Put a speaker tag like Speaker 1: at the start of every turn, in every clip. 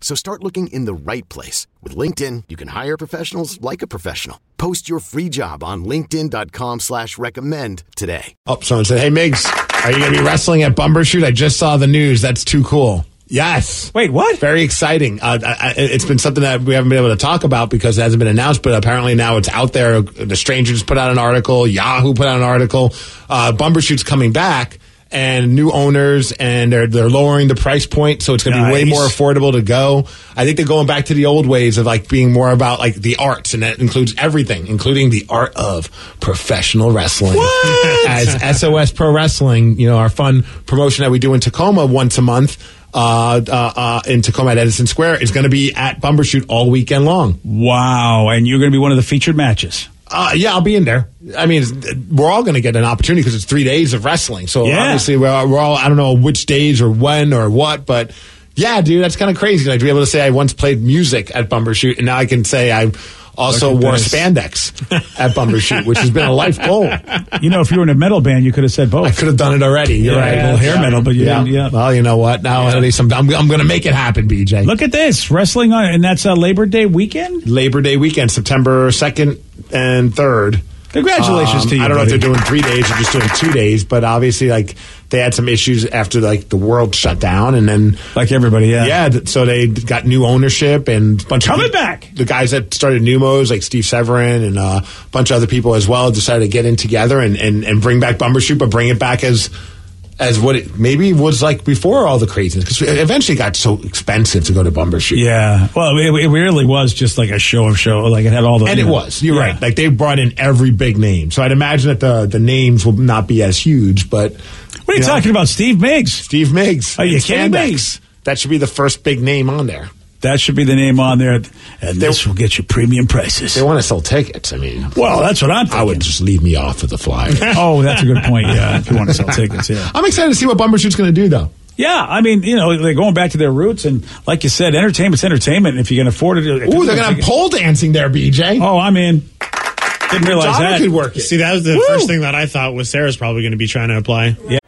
Speaker 1: So start looking in the right place. With LinkedIn, you can hire professionals like a professional. Post your free job on linkedin.com slash recommend today.
Speaker 2: Oh, someone said, hey, Migs, are you going to be wrestling at Bumbershoot? I just saw the news. That's too cool. Yes.
Speaker 3: Wait, what?
Speaker 2: Very exciting. Uh, I, I- it's been something that we haven't been able to talk about because it hasn't been announced, but apparently now it's out there. The Strangers put out an article. Yahoo put out an article. Uh, Bumbershoot's coming back and new owners and they're, they're lowering the price point. So it's going to be way
Speaker 3: Nice.
Speaker 2: more affordable to go. I think they're going back to the old ways of like being more about like the arts and that includes everything, including the art of professional wrestling. As SOS Pro Wrestling, you know, our fun promotion that we do in Tacoma once a month. Uh, uh, uh, in Tacoma at Edison Square is going to be at Bumbershoot all weekend long.
Speaker 3: Wow. And you're going to be one of the featured matches.
Speaker 2: Uh, yeah, I'll be in there. I mean, it's- we're all going to get an opportunity because it's three days of wrestling. So
Speaker 3: Yeah.
Speaker 2: obviously, we're, all- we're all, I don't know which days or when or what, but yeah, dude, that's kind of crazy. Like to be able to say I once played music at Bumbershoot and now I can say I also
Speaker 3: Look at
Speaker 2: wore
Speaker 3: this.
Speaker 2: spandex at Bumbershoot, which has been a life goal.
Speaker 3: You know, if you were in a metal band, you could have said
Speaker 2: I
Speaker 3: both.
Speaker 2: could have done it already. You're
Speaker 3: Yeah,
Speaker 2: right.
Speaker 3: well, hair metal, but you
Speaker 2: yeah.
Speaker 3: didn't- yeah.
Speaker 2: Well, you know what? Now at least I'm, I'm, I'm going to make it happen, BJ.
Speaker 3: Look at this wrestling on, and that's uh, Labor Day weekend.
Speaker 2: Labor Day weekend, September 2nd and 3rd.
Speaker 3: Congratulations
Speaker 2: Um,
Speaker 3: to you.
Speaker 2: I don't know if
Speaker 3: buddy.
Speaker 2: they're doing three days or just doing two days, but obviously, like, they had some issues after, like, the world shut down, and then.
Speaker 3: like everybody. Yeah,
Speaker 2: Yeah, th- so they d- got new ownership and a bunch
Speaker 3: Coming
Speaker 2: of peop-
Speaker 3: back.
Speaker 2: The guys that started Numos, like Steve Severin and uh, a bunch of other people as well, decided to get in together and, and, and bring back Bumbershoot, but bring it back as as what it maybe was like before all the craziness because it eventually got so expensive to go to Bumbershoot.
Speaker 3: Yeah. Well, it, it really was just like a show of show. Like it had all the.
Speaker 2: And it
Speaker 3: you know.
Speaker 2: was. You're
Speaker 3: Yeah.
Speaker 2: right. Like they brought in every big name, so I'd imagine that the the names will not be as huge. But
Speaker 3: what are you,
Speaker 2: know,
Speaker 3: talking about, Steve Miggs?
Speaker 2: Steve Miggs.
Speaker 3: Are you
Speaker 2: and
Speaker 3: kidding me?
Speaker 2: Spandex. That should be the first big name on there.
Speaker 3: That should be the name on there, and this will get you premium prices.
Speaker 2: They want to sell tickets. I mean,
Speaker 3: Well, that's what I'm thinking.
Speaker 2: I would just leave me off of the flyer.
Speaker 3: oh, that's a good point. Yeah, if you want to sell tickets, yeah.
Speaker 2: I'm excited to see what Bumbershoot's going to do, though.
Speaker 3: Yeah, I mean, you know, they're going back to their roots, and like you said, entertainment's entertainment. If you can afford it, if
Speaker 2: Ooh, they're
Speaker 3: you can
Speaker 2: going to have
Speaker 3: take it-
Speaker 2: pole dancing there, BJ.
Speaker 3: Oh, I'm in. Didn't realize
Speaker 2: Donna
Speaker 3: that.
Speaker 2: could work it.
Speaker 4: See, that was the
Speaker 2: Woo!
Speaker 4: first thing that I thought was Sarah's probably going to be trying to apply.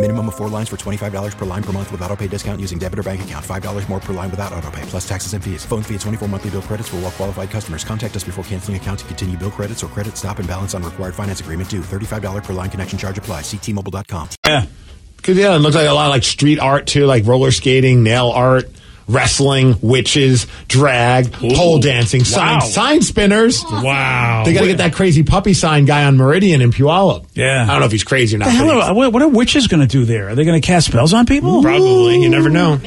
Speaker 5: Minimum of four lines for $25 per line per month with auto pay discount using debit or bank account. $5 more per line without auto pay, plus taxes and fees. Phone fee at 24 monthly bill credits for all qualified customers. Contact us before canceling account to continue bill credits or credit stop and balance on required finance agreement due. $35 per line connection charge apply. Ctmobile.com.
Speaker 3: Yeah.
Speaker 2: Because, yeah, it looks like a lot of, like, street art, too, like roller skating, nail art, wrestling, witches, drag, pole dancing, sign,
Speaker 3: Wow.
Speaker 2: sign spinners.
Speaker 4: Wow.
Speaker 2: They got to get that crazy puppy sign guy on Meridian in Puyallup.
Speaker 3: Yeah.
Speaker 2: I don't know if he's crazy or not.
Speaker 3: The hell
Speaker 2: but
Speaker 3: are,
Speaker 2: he's-
Speaker 3: what what are witches going to do there? Are they going to cast spells on people?
Speaker 4: Probably. You never know.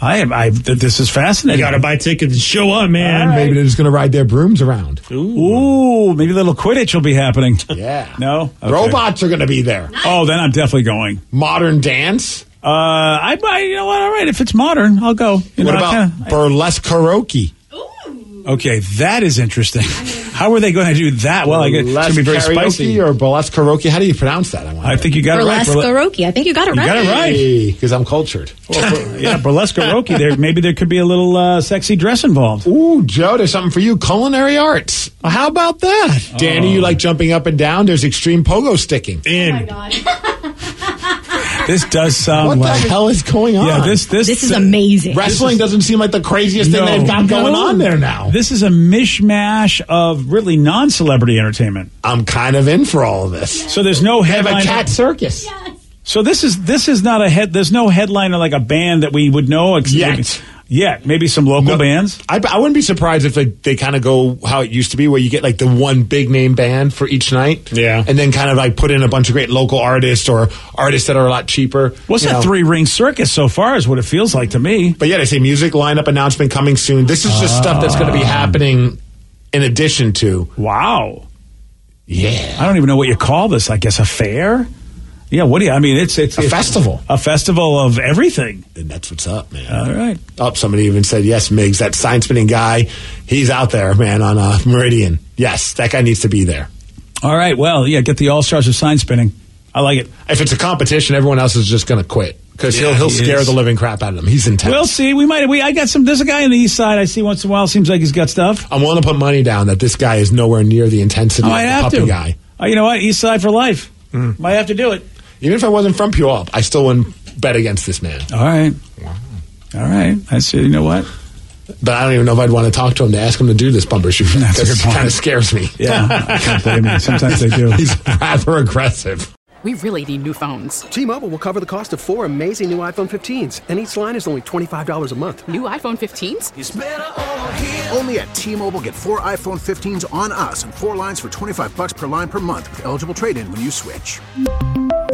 Speaker 3: I, I, th- this is
Speaker 4: You
Speaker 3: fascinating.
Speaker 4: got to buy tickets and show up, man.
Speaker 2: Maybe they're just going to ride their brooms around.
Speaker 3: Ooh, maybe a little Quidditch will be happening.
Speaker 2: Yeah.
Speaker 3: No? Okay.
Speaker 2: Robots are going to be there.
Speaker 3: Oh, then I'm definitely going.
Speaker 2: Modern dance.
Speaker 3: Uh, I, I, you know what? All right, if it's modern, I'll go. You
Speaker 2: what
Speaker 3: know, I
Speaker 2: about
Speaker 3: kinda-
Speaker 2: burlesque karaoke?
Speaker 3: okay, that is interesting. How are they going to do that? Well, I guess it's going to be very
Speaker 2: Burlesque karaoke
Speaker 3: spicy.
Speaker 2: or burlesque karaoke. How do you pronounce that? I, wonder?
Speaker 3: I think you got it right.
Speaker 6: Burlesque Roki. I think you got it
Speaker 3: You
Speaker 6: right.
Speaker 3: got it right.
Speaker 2: because I'm cultured.
Speaker 3: Well, yeah, burlesque karaoke. There, maybe there could be a little uh, sexy dress involved.
Speaker 2: Ooh, Joe, there's something for you. Culinary arts. How about that, Danny? You like jumping up and down? There's extreme pogo sticking.
Speaker 3: Oh
Speaker 6: Oh
Speaker 4: In.
Speaker 3: This does sound
Speaker 2: What the
Speaker 3: like
Speaker 2: hell is going on?
Speaker 3: Um, yeah. This this
Speaker 6: This is amazing.
Speaker 2: wrestling doesn't seem like the craziest thing
Speaker 3: No.
Speaker 2: they've got going
Speaker 3: No.
Speaker 2: on there now.
Speaker 3: This is a mishmash of really non-celebrity entertainment.
Speaker 2: I'm kind of in for all of this.
Speaker 3: So there's no
Speaker 2: Have a
Speaker 3: headline.
Speaker 2: cat circus.
Speaker 3: So this is this is not a head. There's no headline like a band that we would know ex-
Speaker 2: Yet.
Speaker 3: Maybe, yet, maybe some
Speaker 2: No.
Speaker 3: local bands.
Speaker 2: I, I wouldn't be surprised if like, they kind of go how it used to be, where you get like the one big name band for each night.
Speaker 4: Yeah.
Speaker 2: And then kind of like put in a bunch of great local artists or artists that are a lot cheaper.
Speaker 3: What's
Speaker 2: you
Speaker 3: that
Speaker 2: know.
Speaker 3: three ring circus so far? Is what it feels like to me.
Speaker 2: But yeah, they say music lineup announcement coming soon. This is just stuff that's going to
Speaker 3: Ah.
Speaker 2: be happening in addition to.
Speaker 3: Wow.
Speaker 2: Yeah.
Speaker 3: I don't even know what you call this. I guess a fair. Yeah, what do you? I mean, it's it's
Speaker 2: A
Speaker 3: it's
Speaker 2: festival.
Speaker 3: a festival of everything.
Speaker 2: And that's what's up, man.
Speaker 3: All right.
Speaker 2: Up, somebody even said, yes, Miggs, that sign spinning guy, he's out there, man, on uh, Meridian. Yes, that guy needs to be there.
Speaker 3: All right. Well, yeah, get the all stars of sign spinning. I like it.
Speaker 2: If it's a competition, everyone else is just going to quit because he'll,
Speaker 4: Yeah,
Speaker 2: he'll
Speaker 4: he
Speaker 2: scare
Speaker 4: is.
Speaker 2: the living crap out of them. He's intense.
Speaker 3: We'll see. We might. We I got some. There's a guy on the east side. I see once in a while. Seems like he's got stuff.
Speaker 2: I'm willing to put money down that this guy is nowhere near the intensity
Speaker 3: I
Speaker 2: of
Speaker 3: might
Speaker 2: the
Speaker 3: have
Speaker 2: puppy
Speaker 3: to.
Speaker 2: guy. Mm.
Speaker 3: Oh, you know what? East side for life. Might have to do it.
Speaker 2: Even if I wasn't from Puyallup, I still wouldn't bet against this man.
Speaker 3: All right. All right. I see. You know what?
Speaker 2: But I don't even know if I'd want to talk to him to ask him to do this bumper shoot.
Speaker 3: That's a
Speaker 2: That
Speaker 3: good point.
Speaker 2: kind of scares me.
Speaker 3: Yeah. I can't blame you. Sometimes they do.
Speaker 2: He's rather aggressive.
Speaker 7: We really need new phones.
Speaker 8: T-Mobile will cover the cost of four amazing new iPhone 15s, and each line is only $25 a month.
Speaker 7: New iPhone 15s?
Speaker 9: Only at T-Mobile, get four iPhone 15s on us and four lines for 25 bucks per line per month with eligible trade-in when you switch.